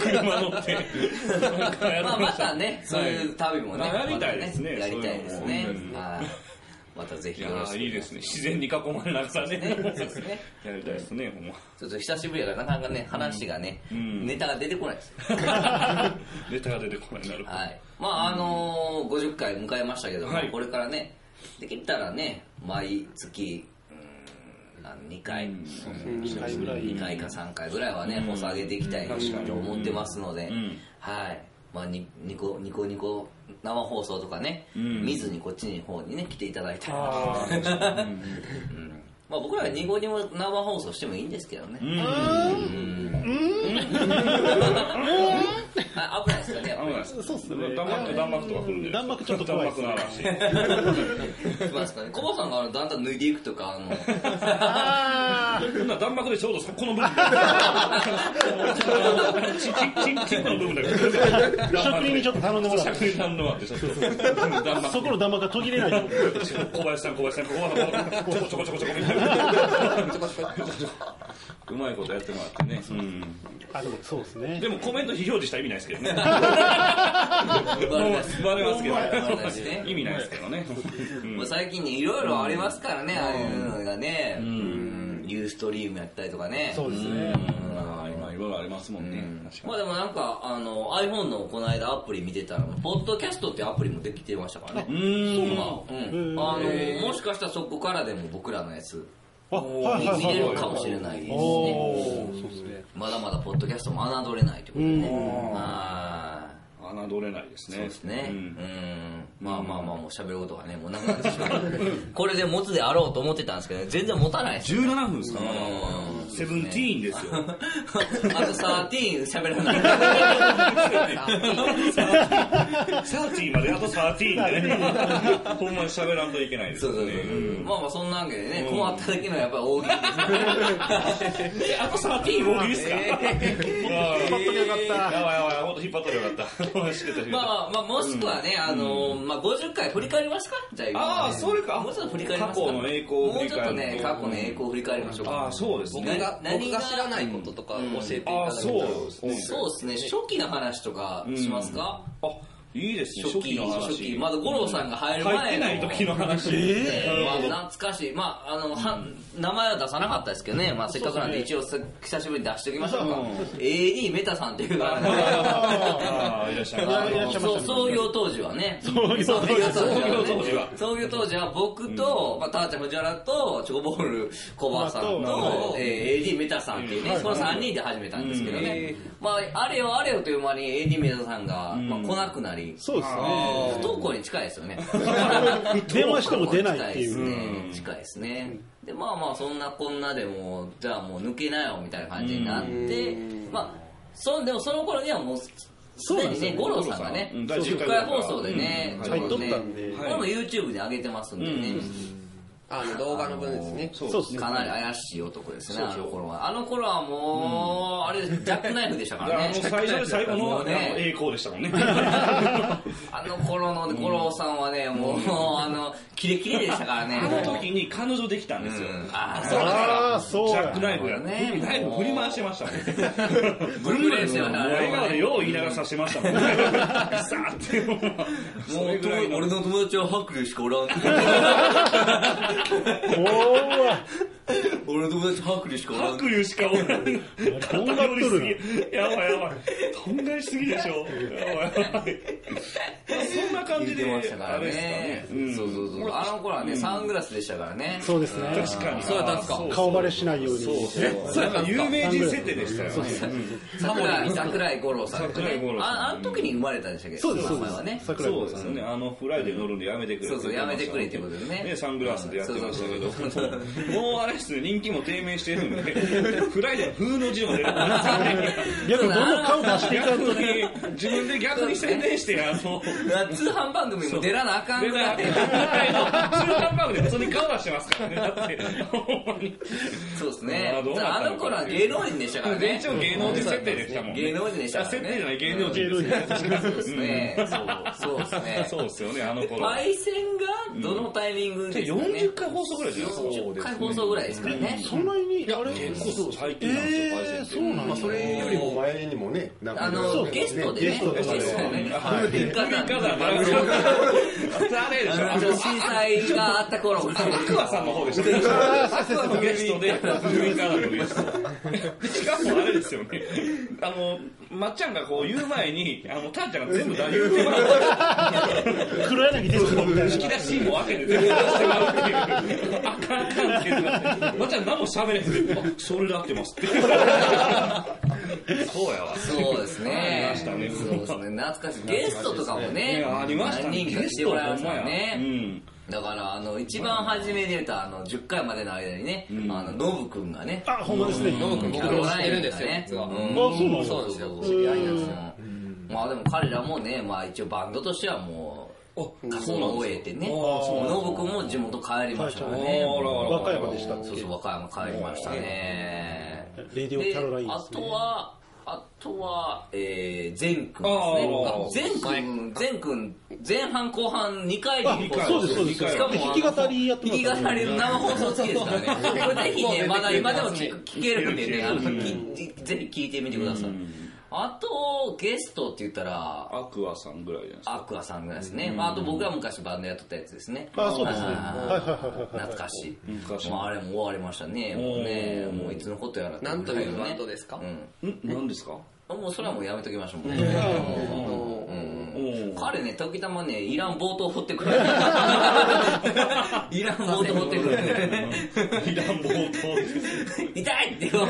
[SPEAKER 3] 車乗って。
[SPEAKER 1] まあまたねそういう旅もね、
[SPEAKER 3] はいまあやりたいですね
[SPEAKER 1] またやりたいですね
[SPEAKER 3] そういうのもうん
[SPEAKER 1] はいまたぜ
[SPEAKER 3] い
[SPEAKER 1] ひ
[SPEAKER 3] や
[SPEAKER 1] よろし
[SPEAKER 3] ー
[SPEAKER 1] く
[SPEAKER 3] いいですね。自然に囲まれながらね。
[SPEAKER 1] そうですね
[SPEAKER 3] やりたいですね、ほんま。
[SPEAKER 1] ちょっと久しぶりやからなかなかね話がね、
[SPEAKER 3] ん
[SPEAKER 1] ネタが出てこないですよ
[SPEAKER 3] ネタが出てこないなるほど。
[SPEAKER 1] はい。まああのー50回迎えましたけども、
[SPEAKER 3] はい
[SPEAKER 1] これからね、できたらね、毎月、うーんあの2回、
[SPEAKER 4] 2回ぐらい
[SPEAKER 1] 2。回か3回ぐらいはね、放送上げていきたいと思ってますので、
[SPEAKER 3] ん
[SPEAKER 1] はい。まあ、にニコニコニコ生放送とかね、
[SPEAKER 3] ん
[SPEAKER 1] 見ずにこっちの方にね、来ていただいたら。うんまあ僕らはニコニコ生放送してもいいんですけどね。うん。 あ危ないですよね、やっぱり
[SPEAKER 3] 危ないです。
[SPEAKER 4] そうっすね
[SPEAKER 3] 弾幕、弾幕とか来るんで。
[SPEAKER 4] 弾幕ちょっと怖いっすね
[SPEAKER 3] 弾幕の嵐。
[SPEAKER 1] ますかね。コバさんがあのだんだん脱いでいくとか、あ の、
[SPEAKER 3] こんな弾幕でちょうどそこの部分。チキチキチキの部分だけど。
[SPEAKER 4] 職人にちょっと頼んでもらって。
[SPEAKER 3] 着衣弾のあって、ちょっと。弾幕
[SPEAKER 4] そこの弾幕が途切れないと思う。
[SPEAKER 3] 小林さん、小林さん、小林さん、ちょこちょこちょこちょこみたいな。うまいことやってもらってね。
[SPEAKER 4] あ、でもそうですね
[SPEAKER 3] で。もコメント非表示したら意味ないですけどね。
[SPEAKER 1] バレないです
[SPEAKER 3] バレますけ
[SPEAKER 1] バレないですね
[SPEAKER 3] ど。意味ないですけどね。
[SPEAKER 1] もう最近ね、いろいろありますからね、ああいうのがね、うん、ユーストリームやったりとかね。
[SPEAKER 4] そうですね。
[SPEAKER 3] まあ、今いろいろありますもんね。確か
[SPEAKER 1] まあでもなんか、あの、iPhone のこの間アプリ見てたら、ポッドキャストってアプリもできてましたからね。うん。まあ、うん。あの、もしかしたらそこからでも僕らのやつ、
[SPEAKER 4] あ、はいはい
[SPEAKER 1] 見れ
[SPEAKER 4] は
[SPEAKER 1] る
[SPEAKER 4] い。
[SPEAKER 1] かもしれないですね。
[SPEAKER 4] おー、そうですね。
[SPEAKER 1] まだまだポッドキャストも侮れないということでね。はい。
[SPEAKER 3] に。侮れないですね。
[SPEAKER 1] そうですね。う
[SPEAKER 3] うん
[SPEAKER 1] ん。まあまあまあ、もう喋ること がね、もうなくなってしまう。これで持つであろうと思ってたんですけどね、全然持たないですよ。
[SPEAKER 3] 17分ですかまだ
[SPEAKER 1] うん
[SPEAKER 3] セブンティーンですよ。
[SPEAKER 1] あと13喋ら ない。
[SPEAKER 3] サーティーまであとサーティーンでね。ほんまに喋らんといけないです
[SPEAKER 1] そうそ
[SPEAKER 3] よ
[SPEAKER 1] うそう
[SPEAKER 3] ね。
[SPEAKER 1] そう
[SPEAKER 3] うん。
[SPEAKER 1] まあまあ、そんなわけでね、困った時のやっぱり大喜利ですね。
[SPEAKER 3] あとサーティーン大喜利ですか引っ張っとりゃよかった。やばいやばい、ほんと引っ張っとりゃよかった。知ってた知って
[SPEAKER 1] まあ
[SPEAKER 3] た。
[SPEAKER 1] まあ、まあ、もしくはね、あのまあ、50回振り返りますかじゃあ今、
[SPEAKER 3] ああそれか
[SPEAKER 1] もうちょっと振り返りますか
[SPEAKER 3] 過去の栄光を振
[SPEAKER 1] もう
[SPEAKER 3] り返る
[SPEAKER 1] ちょっとね、過去の栄光を振り返りましょうか。
[SPEAKER 3] ああ、そうです
[SPEAKER 1] 何
[SPEAKER 3] ね。
[SPEAKER 1] が
[SPEAKER 6] 僕が知らないこととか教えていただ
[SPEAKER 3] あ
[SPEAKER 6] い
[SPEAKER 3] あ、
[SPEAKER 6] て、
[SPEAKER 3] そうですね。
[SPEAKER 1] そうですね、初期の話とかしますか、
[SPEAKER 3] あ、いいですね。
[SPEAKER 1] 初
[SPEAKER 3] 初
[SPEAKER 1] 期
[SPEAKER 3] 期の話。
[SPEAKER 1] 初期まだ五郎さんが入る前の
[SPEAKER 3] 入ってない時の話。
[SPEAKER 1] えーまあ、懐かしい、まああのは名前は出さなかったですけどね、まあ、せっかくなんで一応せ久しぶりに出しておきましょうか、AD メタさん っていうのがあるんで
[SPEAKER 3] ああ、いらっしゃいま
[SPEAKER 1] あの
[SPEAKER 3] す。
[SPEAKER 1] そう創業当時はね創
[SPEAKER 4] 業当時
[SPEAKER 1] ね 創業当時は僕と、まあ、たーちゃん藤原とチョコボールコバさん
[SPEAKER 4] まあ
[SPEAKER 1] と、えー AD メタさんっていうね、この3人で始めたんですけどね、まあ、あれよあれよという間に AD メタさんが、まあ、来なくなり
[SPEAKER 4] そうですね。
[SPEAKER 1] 不登校に近いですよね
[SPEAKER 4] 電話しても出ないってい
[SPEAKER 1] 近です
[SPEAKER 4] う。
[SPEAKER 1] ね。近いですね。で、まあまあ、そんなこんなでもう、じゃあもう抜けなよ、みたいな感じになって、まあ、そ、でもその頃にはもう、すでにね、五郎さんがね、
[SPEAKER 3] うん第10
[SPEAKER 1] 10回放送でね、
[SPEAKER 4] ん入っとったんで
[SPEAKER 1] これも YouTube に上げてますんでね。
[SPEAKER 6] あの動画の分ですね。
[SPEAKER 3] そう
[SPEAKER 4] そうですね
[SPEAKER 1] かなり怪しい男ですね、あの頃は。あの頃はもう、あれ、ジャックナイフでしたか
[SPEAKER 3] だからら
[SPEAKER 1] ね
[SPEAKER 3] もう。最初で最後
[SPEAKER 1] も
[SPEAKER 3] の
[SPEAKER 1] うね
[SPEAKER 3] 栄光でしたもんね。
[SPEAKER 1] あの頃の五郎さんはね、もう、あの、キレキレでしたからね。
[SPEAKER 3] あの時
[SPEAKER 1] も
[SPEAKER 3] に彼女できたん
[SPEAKER 1] う
[SPEAKER 3] ですよ。
[SPEAKER 1] うんあー、そうだ
[SPEAKER 4] ああ、そう
[SPEAKER 3] ジ
[SPEAKER 4] や
[SPEAKER 3] ャックナイフや
[SPEAKER 1] ね
[SPEAKER 3] ね。ナイフ振り回してましたもん。
[SPEAKER 1] ブルブルですよね。あれ
[SPEAKER 3] 笑
[SPEAKER 1] は
[SPEAKER 3] 顔
[SPEAKER 1] ね
[SPEAKER 3] でよう言いながらさしてましたもんね。ビサーっ
[SPEAKER 1] もう
[SPEAKER 3] て。それぐらいの
[SPEAKER 1] 俺の友達はハクレしかおらん。
[SPEAKER 4] おーわ
[SPEAKER 1] 俺の友達ハクレしかおらん。
[SPEAKER 3] 白龍しかおらん。
[SPEAKER 4] とんがっとるな
[SPEAKER 3] やばいやばい。とんがりすぎでしょ。やばいやばい。そんな感
[SPEAKER 1] 言
[SPEAKER 3] じ
[SPEAKER 1] って
[SPEAKER 3] で、
[SPEAKER 1] ましたか
[SPEAKER 3] あ
[SPEAKER 1] ら
[SPEAKER 3] れですか
[SPEAKER 1] ね
[SPEAKER 3] ね。うん。
[SPEAKER 1] そうそうそう。あの頃はね、サングラスでしたからね。
[SPEAKER 4] そうですね。
[SPEAKER 3] 確かに。
[SPEAKER 1] そうやったんすか
[SPEAKER 4] 顔バレしないように。
[SPEAKER 3] そうなんか有名人設定でしたよね。
[SPEAKER 1] 桜井、桜井五郎さんですね
[SPEAKER 3] 桜井五郎さん
[SPEAKER 1] ああの時に生まれたんでしたっけ
[SPEAKER 4] そうです、
[SPEAKER 1] お
[SPEAKER 4] そうで
[SPEAKER 1] 前はね
[SPEAKER 4] す。。桜井
[SPEAKER 3] そう
[SPEAKER 4] 子
[SPEAKER 3] で
[SPEAKER 4] さ
[SPEAKER 3] す
[SPEAKER 4] ん。
[SPEAKER 3] よね。あの、フライデー乗るんでやめてくれ
[SPEAKER 1] そうそう、やめてくれって
[SPEAKER 3] 言
[SPEAKER 1] こ
[SPEAKER 3] っ
[SPEAKER 1] と
[SPEAKER 3] て
[SPEAKER 1] で
[SPEAKER 3] ました
[SPEAKER 1] ね。
[SPEAKER 3] ね、サングラスでやってましたけど、
[SPEAKER 1] そうそうそう
[SPEAKER 3] もうあれっすね、人気も低迷してるんで、フライデーの風の字も出る
[SPEAKER 4] 逆にどんどん顔出していかん
[SPEAKER 3] 逆
[SPEAKER 4] とね。
[SPEAKER 3] に、自分で逆に宣伝して、あの、
[SPEAKER 1] 通販番組にも出らなあかん
[SPEAKER 3] で
[SPEAKER 1] くな
[SPEAKER 3] な、
[SPEAKER 1] っ
[SPEAKER 3] 中
[SPEAKER 1] て。
[SPEAKER 3] 間番組で普通に顔出してますからね、だって、ほんまに。
[SPEAKER 1] そうですね
[SPEAKER 3] あどう。な
[SPEAKER 1] あ
[SPEAKER 3] ったのか
[SPEAKER 1] の頃は芸能人でしたからね。
[SPEAKER 3] 一応芸能人設定でしたもんね。
[SPEAKER 1] 芸能人でしたか
[SPEAKER 3] あ
[SPEAKER 1] ら
[SPEAKER 3] 設定じゃな
[SPEAKER 1] ね。
[SPEAKER 3] い、芸能人ですね。
[SPEAKER 1] そうですね。そうですね。
[SPEAKER 3] そうですよね、あの頃。
[SPEAKER 1] パイセンがどのタイミングですかね。
[SPEAKER 3] 40回放送ぐらいじゃないですか。
[SPEAKER 1] 40回放送ぐらいですからね。
[SPEAKER 4] そんなに、あれ
[SPEAKER 3] 結構最近なんですよ、パイセン
[SPEAKER 4] えー、
[SPEAKER 3] って
[SPEAKER 4] そうなん
[SPEAKER 5] ま
[SPEAKER 4] だ
[SPEAKER 5] あ、。それよりも前にもね、なんか
[SPEAKER 1] あ
[SPEAKER 5] いろいろ
[SPEAKER 1] の、
[SPEAKER 5] ね
[SPEAKER 1] ゲストでね。
[SPEAKER 5] ゲストとか
[SPEAKER 1] ゲストで
[SPEAKER 5] で。
[SPEAKER 1] ね。はい。文化
[SPEAKER 3] 文化
[SPEAKER 1] 団
[SPEAKER 3] 団バランス誰でし
[SPEAKER 1] あの
[SPEAKER 3] ょ
[SPEAKER 1] 震災があった頃。
[SPEAKER 3] 白馬さんの方でしたね。白馬のゲストで、文化団のゲスト。しかもあれですよね。あの、まっちゃんがこう言う前に、あの、たーちゃんが全部言うてもら
[SPEAKER 4] 黒柳徹子みたいな
[SPEAKER 3] 引。き出しも開けて全部出してもらうっていう。あかんあかんって言ってまっちゃん何も喋れへんで、あそれで合ってますって。そうやわ。
[SPEAKER 1] そうですね。
[SPEAKER 3] ありましたね
[SPEAKER 1] そうですね。懐かしい。ゲストとかもね。
[SPEAKER 3] ありましたね。
[SPEAKER 1] 何人か
[SPEAKER 3] ゲ
[SPEAKER 1] 来
[SPEAKER 3] ス
[SPEAKER 1] て
[SPEAKER 3] ト
[SPEAKER 1] も
[SPEAKER 3] ほ
[SPEAKER 1] らいま
[SPEAKER 3] ん
[SPEAKER 1] し
[SPEAKER 3] ま
[SPEAKER 1] た
[SPEAKER 3] や。う
[SPEAKER 1] ね。
[SPEAKER 3] ん。
[SPEAKER 1] だから、あの、一番初めで言うと、あの、10回までの間にね、あの、ノブくんがね。
[SPEAKER 4] あ、ほんまですね。
[SPEAKER 6] 僕僕も知ってるんですよ、実は。
[SPEAKER 1] うん
[SPEAKER 4] あそうなんだ
[SPEAKER 6] そうなんですよ。
[SPEAKER 1] 知り合いなんですよ。まあでも彼らもね、まあ一応バンドとしてはもう、活動を終えてね、ノブ君も地元帰りましたからね。
[SPEAKER 3] あらあら
[SPEAKER 4] 和歌山でしたっ
[SPEAKER 1] そう
[SPEAKER 4] け
[SPEAKER 1] そう、和歌山帰りましたね。
[SPEAKER 4] レディオキャロライン
[SPEAKER 1] で
[SPEAKER 4] で
[SPEAKER 1] あ
[SPEAKER 4] すね
[SPEAKER 1] とは、あとは、えー、善くん
[SPEAKER 3] あー
[SPEAKER 1] ですね。善くん、善くん、前半後半2回に放送
[SPEAKER 4] あそうですそうです
[SPEAKER 1] しかもあの
[SPEAKER 4] 弾き語りやってますね
[SPEAKER 1] 弾き語りの生放送付きですからね。これ ぜひね、まだ今でも聞く聞けるんでね、あの、きぜひ聞いてみてください。あと、ゲストって言ったら、
[SPEAKER 3] アクアさんぐらいじゃないですか。
[SPEAKER 1] アクアさんぐらいですね。まあ、あと僕が昔バンドやっとったやつですね。
[SPEAKER 4] あそうですね
[SPEAKER 1] あー懐かしい。
[SPEAKER 3] 昔
[SPEAKER 1] まあ、あれも終わりましたね。もうね、もういつのことやらって
[SPEAKER 6] なんというバンド
[SPEAKER 1] ね
[SPEAKER 6] ですか
[SPEAKER 1] うん。
[SPEAKER 3] ん何ですか
[SPEAKER 1] あもうそれはもうやめときましょう。もううん
[SPEAKER 3] おー
[SPEAKER 1] 彼ね、時たまね、いらん冒頭掘ってくる。いらん冒頭掘ってくる。
[SPEAKER 3] いらん冒頭です
[SPEAKER 1] 痛いって言う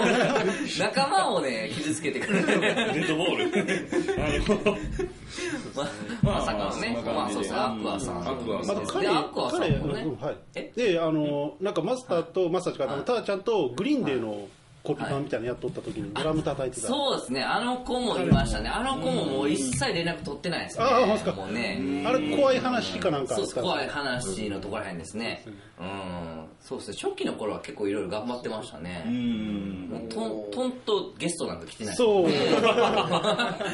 [SPEAKER 1] 仲間をね、傷つけてくる。
[SPEAKER 3] デッドボール。なるほど。
[SPEAKER 1] ま
[SPEAKER 3] まあ
[SPEAKER 1] まさかのね、
[SPEAKER 3] まあ
[SPEAKER 1] まあそうですね、ア
[SPEAKER 3] うん
[SPEAKER 1] クアさん。
[SPEAKER 3] アクア
[SPEAKER 4] ま
[SPEAKER 3] さ
[SPEAKER 4] あ
[SPEAKER 3] ん
[SPEAKER 1] で
[SPEAKER 4] 彼、
[SPEAKER 1] アクアさ
[SPEAKER 4] 彼、
[SPEAKER 1] んも
[SPEAKER 4] うん
[SPEAKER 1] ね。
[SPEAKER 4] は
[SPEAKER 1] え
[SPEAKER 4] い。で、あの、なんかマスターとマスターちか、あのターちゃんとグリーンデーのコピー版みたいなのやっとった時にドラム叩いてた。
[SPEAKER 1] そうですね、あの子もいましたね。あの子ももう一切連絡取ってないですね。
[SPEAKER 4] ああほんとですか
[SPEAKER 1] もうね。
[SPEAKER 4] あれ怖い話かなんかあ
[SPEAKER 1] そうん
[SPEAKER 4] った
[SPEAKER 1] です
[SPEAKER 4] か
[SPEAKER 1] 怖い話のところへんですね。うん。そうですね。初期の頃は結構いろいろ頑張ってました
[SPEAKER 3] う
[SPEAKER 1] ね。
[SPEAKER 3] ん。
[SPEAKER 1] もうトントンとゲストなんか来てない。
[SPEAKER 4] そう。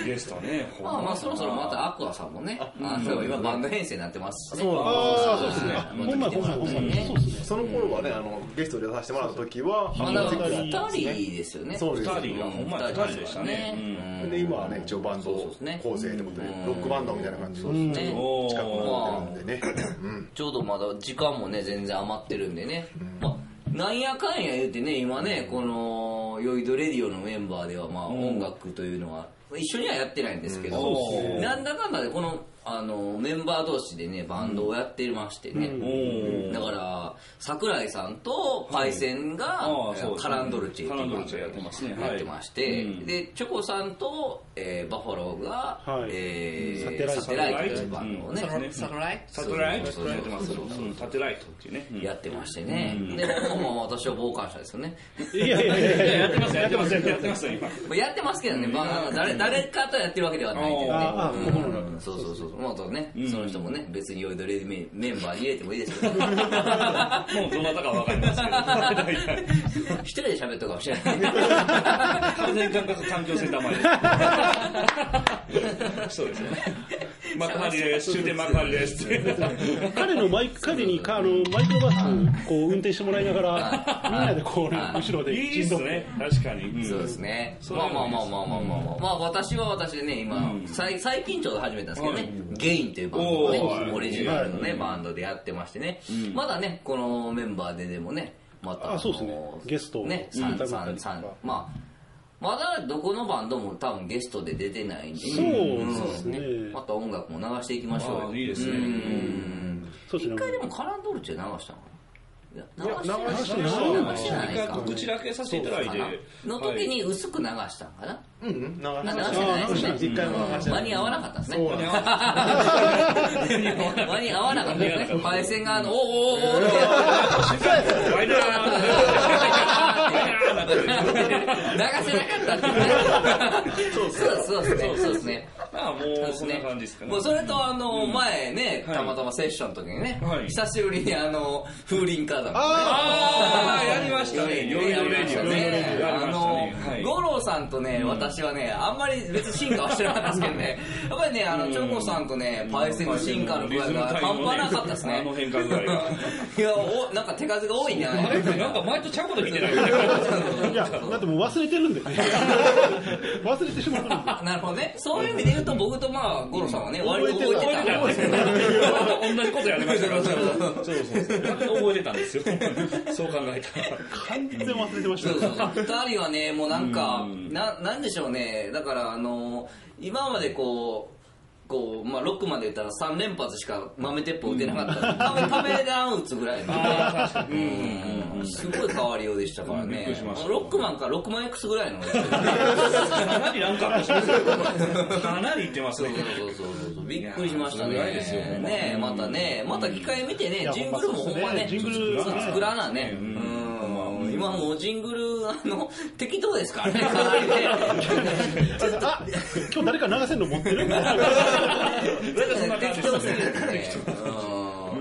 [SPEAKER 3] ゲストね。ほん
[SPEAKER 1] まあまあそろそろまたアクアさんもね、あの今バンド編成になってますしね。
[SPEAKER 4] ああ、そうですね。
[SPEAKER 1] うん
[SPEAKER 4] ほんまやほんまやほんまや。そうですね。
[SPEAKER 5] その頃はね、あの、ゲストで出させてもらった時は、
[SPEAKER 1] まあ
[SPEAKER 5] あ
[SPEAKER 1] だ
[SPEAKER 5] の
[SPEAKER 1] から
[SPEAKER 5] セック
[SPEAKER 1] 2
[SPEAKER 5] ス
[SPEAKER 1] 人ですよね。
[SPEAKER 5] そうです
[SPEAKER 3] 二人がほんまや二人でしたね。
[SPEAKER 5] で、今はね、一応バンド
[SPEAKER 1] そうですね
[SPEAKER 5] 構成ってことで、ロックバンドみたいな感じの
[SPEAKER 1] うんね
[SPEAKER 5] 近
[SPEAKER 3] お
[SPEAKER 5] くに
[SPEAKER 3] ー。
[SPEAKER 5] なってるんでね。うん
[SPEAKER 1] ちょうどまだ時間もね、全然余ってるんでね。まあ、なんやかんや言うてね、今ね、この、酔いどレディオのメンバーでは、まあ、音楽というのは、一緒にはやってないんですけど
[SPEAKER 3] うんそうです、ね
[SPEAKER 1] なんだかんだで、この、あの、メンバー同士でね、バンドをやってましてね。だから、桜井さんとパイセンが
[SPEAKER 3] ああそうですね
[SPEAKER 1] カランドルチェっていう
[SPEAKER 3] カランドルチェやってますねはい
[SPEAKER 1] やってまして
[SPEAKER 3] うん、
[SPEAKER 1] で、チョコさんと、えーバファローが
[SPEAKER 4] はい、
[SPEAKER 1] え
[SPEAKER 4] サ
[SPEAKER 1] ー
[SPEAKER 4] テライト
[SPEAKER 1] サテライトというバンドをね、
[SPEAKER 6] サロライ
[SPEAKER 3] サトライトってやってますよ。うんサテライトっていうね。うん
[SPEAKER 1] やってましてね。で、僕も私は傍観者ですよね。
[SPEAKER 4] いやいやいやいや。
[SPEAKER 3] やってますよ、やってますよ、やってますよ、今。
[SPEAKER 1] まあやってますけどね、バカな誰誰かとやってるわけではないけどね
[SPEAKER 4] ああ、
[SPEAKER 1] うん。そうそうそう。まあ、とね、その人もね、別に酔いどれメンバーに入れてもいいですけど、 もうどなたかわかります けど、一人で喋ったかもしれない。
[SPEAKER 3] 完全に感覚環境性玉です。そうですよね。幕張です。終点幕張です。
[SPEAKER 4] 彼のマイク、彼にかあのマイクロバスこう運転してもらいながら、みんなでこう、ね、後ろで
[SPEAKER 3] いいっすね。確かに。うん
[SPEAKER 1] そうですね。
[SPEAKER 3] そう
[SPEAKER 1] ま
[SPEAKER 3] な
[SPEAKER 1] あ
[SPEAKER 3] んです
[SPEAKER 1] まあまあまあまあまあまあ。まあ私は私でね、今、さい最近ちょうど始めたんですけどね、ゲインというバンドをね
[SPEAKER 3] おー、
[SPEAKER 1] オリジナルのね、バンドでやってましてね、まだね、このメンバーででもね、また、
[SPEAKER 4] あそうですね
[SPEAKER 1] の
[SPEAKER 4] ゲストを
[SPEAKER 1] ね、
[SPEAKER 4] うん
[SPEAKER 1] さんさ
[SPEAKER 4] うん
[SPEAKER 1] んさんまあ、まだどこのバンドも多分ゲストで出てないんで、
[SPEAKER 4] そうですね
[SPEAKER 1] うんまた音楽も流していきましょう
[SPEAKER 3] あ
[SPEAKER 1] よ。
[SPEAKER 3] ーいいですね
[SPEAKER 1] うん
[SPEAKER 4] そうです
[SPEAKER 1] 一
[SPEAKER 4] ね
[SPEAKER 1] 回でもカランドルチェ流したのいや流
[SPEAKER 5] 流して
[SPEAKER 1] な
[SPEAKER 5] ないい
[SPEAKER 1] 流してない
[SPEAKER 3] 一
[SPEAKER 1] か
[SPEAKER 3] 回告知だけさせていただいて。
[SPEAKER 1] の時に薄く流したんかな、
[SPEAKER 5] うんうん、
[SPEAKER 1] 流
[SPEAKER 5] 流しま
[SPEAKER 1] し
[SPEAKER 5] して
[SPEAKER 1] ないですね
[SPEAKER 5] た。一回も流してな
[SPEAKER 1] 間
[SPEAKER 5] い。
[SPEAKER 1] に合わなかったんですね
[SPEAKER 5] そうなんで
[SPEAKER 1] 間に合わなかったですねパイセンがあのおおおーおー
[SPEAKER 3] ワイナーワイナーなんて言って
[SPEAKER 1] 流せなかったっていうねそうそうそうですねそうですね
[SPEAKER 3] まあもうそんな感じですかね
[SPEAKER 1] もう。それとあの前ね
[SPEAKER 3] はい
[SPEAKER 1] たまたまセッションの時にね
[SPEAKER 3] はい
[SPEAKER 1] 久しぶりにあの風林火山のね
[SPEAKER 3] あーやりましたね。
[SPEAKER 1] より
[SPEAKER 3] や
[SPEAKER 1] よ
[SPEAKER 3] り
[SPEAKER 1] り
[SPEAKER 3] ました
[SPEAKER 1] ね
[SPEAKER 3] ね。。やり
[SPEAKER 1] あ
[SPEAKER 3] ま
[SPEAKER 1] の
[SPEAKER 3] したね。はい、
[SPEAKER 1] 五郎さんとね、私はね、あんまり別に進化はしてなかったんですけどね、やっぱりね、あの、チョコさんとね、パイセンの進化の具合が半端なかったですね。
[SPEAKER 3] あの変化具合が。
[SPEAKER 1] いや、お、なんか手数が多いんじゃない
[SPEAKER 7] あれなんか前とちゃうこと言って ないよね。
[SPEAKER 4] いや、だってもう忘れてるんでね。忘れてしまうんで。
[SPEAKER 1] あなるほどね。そういう意味で言うと、僕とまあ、五郎さんはね、割と覚えてた。
[SPEAKER 3] 覚えてたんですよ。同じことやってましたから。そうそうそう。覚えてたんですよ。そう考えたら。
[SPEAKER 4] 完全忘れてました
[SPEAKER 1] そうそう
[SPEAKER 4] ね。
[SPEAKER 1] 2人はねもうなんかななんでしょうねだからあの今までこうこうまあ、6まで言ったら3連発しか豆鉄砲打てなかった、壁壁で打つぐらいのうんすごい変わりようでしたから
[SPEAKER 3] びっく
[SPEAKER 1] ね
[SPEAKER 3] りしました
[SPEAKER 1] ロックマンから6万 X ぐらいのそう
[SPEAKER 3] かなりランクアップしてますよかなりいってます
[SPEAKER 1] そう
[SPEAKER 3] ね。
[SPEAKER 1] そうそうびっくりしましたね
[SPEAKER 3] いやーすごいですよほんま
[SPEAKER 1] ねまたねまた機会見てね
[SPEAKER 4] や
[SPEAKER 1] ジングルもほんまね
[SPEAKER 4] ほんまそうですねジングル
[SPEAKER 1] そう作らなね
[SPEAKER 3] うん
[SPEAKER 1] うん今もうジングルあの適当ですからねかなりね
[SPEAKER 4] あ、今日誰か流せんの持って る
[SPEAKER 1] なんかそんな感じですね。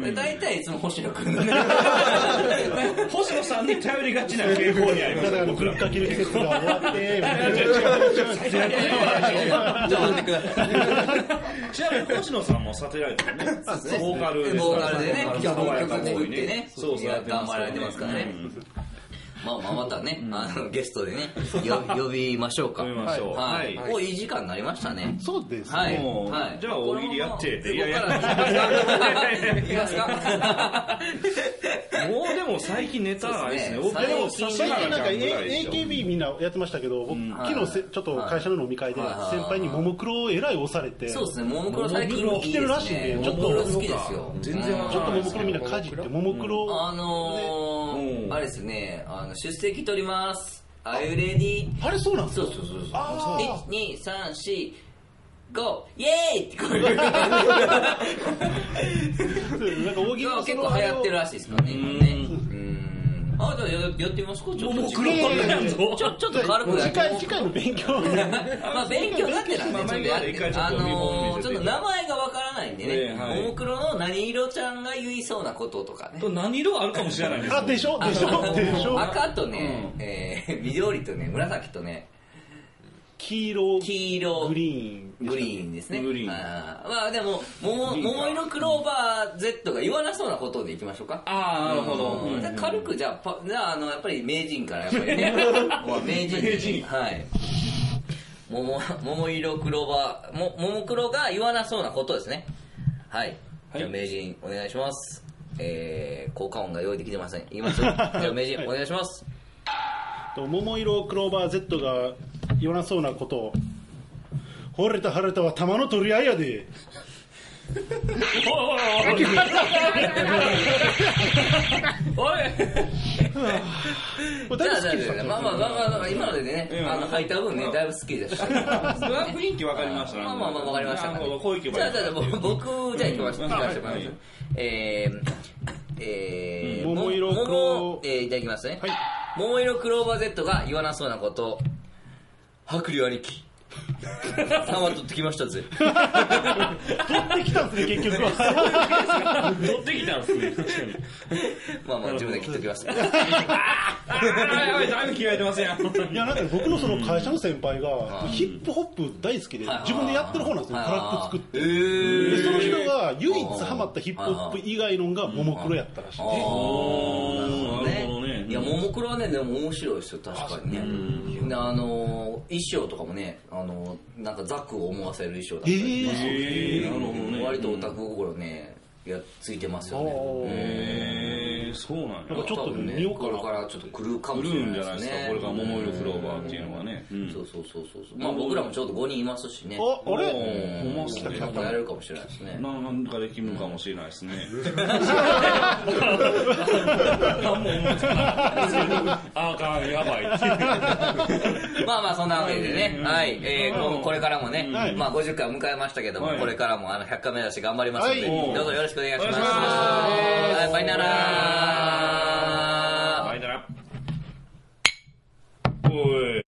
[SPEAKER 1] で大体いつも星野くんだね。
[SPEAKER 3] 星野さんに頼りがちな傾向にあります。
[SPEAKER 4] 僕らかける季節が終わって、
[SPEAKER 1] ちょっと待ってください。
[SPEAKER 3] ちなみに星野さんもサテライトのね、ボーカルですから
[SPEAKER 1] ボーカルでね、今日も曲
[SPEAKER 3] 爽やか
[SPEAKER 1] 作
[SPEAKER 3] ボー
[SPEAKER 1] っ
[SPEAKER 3] イ
[SPEAKER 1] てね、
[SPEAKER 3] そうそう
[SPEAKER 1] やって頑張られてますからね。まあまあまたね、あのゲストでね、よ呼びましょうか。
[SPEAKER 3] 呼びましょう
[SPEAKER 1] はい。
[SPEAKER 3] はい
[SPEAKER 1] もういい時間になりましたね。
[SPEAKER 4] そうですね。
[SPEAKER 1] はい。
[SPEAKER 3] もう
[SPEAKER 1] はい
[SPEAKER 3] じゃあ大喜利やって
[SPEAKER 1] この
[SPEAKER 3] いやいや
[SPEAKER 1] ここからいきますかいきますか
[SPEAKER 3] もうでも最近ネタないですね。
[SPEAKER 1] そうですね
[SPEAKER 3] で
[SPEAKER 1] 最
[SPEAKER 3] も
[SPEAKER 1] 近
[SPEAKER 4] 最近なんか
[SPEAKER 3] 指原ちゃんぐらいでしょ
[SPEAKER 4] AKB みんなやってましたけど、僕昨日せちょっと会社の飲み会で
[SPEAKER 1] はい
[SPEAKER 4] 先輩にももクロをえらい押されて、ち
[SPEAKER 1] そう
[SPEAKER 4] ょ
[SPEAKER 1] で
[SPEAKER 4] っ
[SPEAKER 1] すね、ももクロ最近いいですね。
[SPEAKER 4] 来てるらしいんでちょっと
[SPEAKER 1] ももクロ好きですよ。
[SPEAKER 3] 全然わかん
[SPEAKER 4] と
[SPEAKER 3] ない
[SPEAKER 4] も
[SPEAKER 3] で
[SPEAKER 4] も
[SPEAKER 3] す
[SPEAKER 4] クロみんなかじって、ももクロ
[SPEAKER 1] あ
[SPEAKER 4] を、
[SPEAKER 1] のー
[SPEAKER 3] うん
[SPEAKER 1] あれですね、あの出席取ります。あゆレディ
[SPEAKER 4] あれそうなんです
[SPEAKER 1] そ
[SPEAKER 4] か
[SPEAKER 1] うそうそうそう。
[SPEAKER 4] あ
[SPEAKER 1] 一二三四五イエーイって これ
[SPEAKER 4] なんか大喜利
[SPEAKER 1] 今
[SPEAKER 4] の
[SPEAKER 1] 結構流行ってるらしいですからね。今ねうん。あ、じゃあややってみますか。ちょっと
[SPEAKER 4] 黒なん
[SPEAKER 1] ちょちょっと軽くや
[SPEAKER 4] 次
[SPEAKER 1] ってみま
[SPEAKER 4] 回
[SPEAKER 1] す
[SPEAKER 4] 次回の勉強
[SPEAKER 1] まあ勉強になってたんで、ちょっとやってみて、あのーちょっと名前がわからないんで
[SPEAKER 3] え
[SPEAKER 1] ね、
[SPEAKER 3] えはい
[SPEAKER 1] ももクロの何色ちゃんが言いそうなこととかね。
[SPEAKER 3] と何色あるかもしれないですよ
[SPEAKER 4] あでしょで しょでしょ
[SPEAKER 1] 赤とね、えー 緑とね、紫とね、
[SPEAKER 4] 黄色
[SPEAKER 1] 黄色
[SPEAKER 4] グリーン
[SPEAKER 1] グリーンですね。
[SPEAKER 3] グリーン
[SPEAKER 1] あーまあでも、桃桃色クローバー Z が言わなそうなことでいきましょうか。
[SPEAKER 3] ああ、なるほど。
[SPEAKER 1] うん軽くじゃあ、パじゃあ、あの、やっぱり名人から、やっぱりね。もう名人。
[SPEAKER 3] 名人
[SPEAKER 1] はい。桃、桃色クローバー、も、桃黒が言わなそうなことですね。はい。
[SPEAKER 3] はい
[SPEAKER 1] じゃあ名人、お願いします。えー、効果音が用意できてません。いきますよ。じゃあ名人、
[SPEAKER 4] はい
[SPEAKER 1] お願いします。
[SPEAKER 4] と桃色クローバー Z が言わなそうなことを惚れた晴れたは玉の取り合いやで
[SPEAKER 3] おい
[SPEAKER 1] じゃあ、じゃあ
[SPEAKER 4] これ大好きで
[SPEAKER 1] じ
[SPEAKER 4] す
[SPEAKER 1] ゃあ、まあまあまあまあまあ、今のでね、
[SPEAKER 3] うん
[SPEAKER 1] あの、履いた分ね、だいぶスッキリでした。
[SPEAKER 3] それは雰囲気わかりました
[SPEAKER 1] まあまあまあ、わかりました。
[SPEAKER 3] なるほど、こういけば
[SPEAKER 1] じゃ
[SPEAKER 3] い
[SPEAKER 1] あ
[SPEAKER 3] い
[SPEAKER 1] じゃあ、僕、じゃあ行きましょう。
[SPEAKER 3] うん
[SPEAKER 1] 行かせてもら
[SPEAKER 3] はいい
[SPEAKER 1] ます。えー、えー、
[SPEAKER 4] うん桃色
[SPEAKER 1] も
[SPEAKER 4] クロ
[SPEAKER 1] えー、いただきますね。
[SPEAKER 4] はい
[SPEAKER 1] 桃色クローバー Z が言わなそうなこと、白龍兄貴。生取ってきましたぜ。
[SPEAKER 4] 取ってきたんですね、結局は。
[SPEAKER 3] 取ってきたんですね。確かに。
[SPEAKER 1] まあまあ、自分で切っときます。
[SPEAKER 3] あーやばい、だいぶ切られてますやん。
[SPEAKER 4] いや、なんか僕のその会社の先輩が、ヒップホップ大好きで、自分でやってる方なんですよ、トラック作って。でその人が唯一ハマったヒップホップ以外のがももクロやったらしい。
[SPEAKER 3] おーなるほどね。
[SPEAKER 1] いや、ももクロはね、でも面白いですよ、確かにね。であのー、衣装とかもね、あのー、なんかザクを思わせる衣装だったりね
[SPEAKER 3] えーなるほどね
[SPEAKER 1] 割とオタク心ね、いや、ついてますよね。
[SPEAKER 3] えー、そうなんや。
[SPEAKER 4] なんかちょっ
[SPEAKER 1] 多
[SPEAKER 4] とね
[SPEAKER 1] 分
[SPEAKER 4] 見ようかな
[SPEAKER 1] これからちょっと来るか
[SPEAKER 3] 来
[SPEAKER 1] もし
[SPEAKER 3] る
[SPEAKER 1] れ
[SPEAKER 3] ん
[SPEAKER 1] な
[SPEAKER 3] じ
[SPEAKER 1] い
[SPEAKER 3] ゃない
[SPEAKER 1] で
[SPEAKER 3] ですすか、
[SPEAKER 1] ね。
[SPEAKER 3] これから桃色クローバーっていうのはね。うん
[SPEAKER 1] そうそうそうそうそう。まあ僕らもちょうど5人いますしね。
[SPEAKER 4] あ、あれ
[SPEAKER 3] ほんまっすね
[SPEAKER 1] なんかやれるかもしれないですね。
[SPEAKER 3] ななんかできるかもしれないですね。何も思いつかない
[SPEAKER 7] あーかん、や ばい。
[SPEAKER 1] まあまあそんなわけでね、はい、えーここれからもね、
[SPEAKER 4] はい
[SPEAKER 1] まあ50回を迎えましたけども、
[SPEAKER 3] はい
[SPEAKER 1] これからもあの100回目指して頑張りますので、
[SPEAKER 4] はい
[SPEAKER 1] どうぞよろしくお願いします。
[SPEAKER 3] お願いします
[SPEAKER 1] はい、バイナラー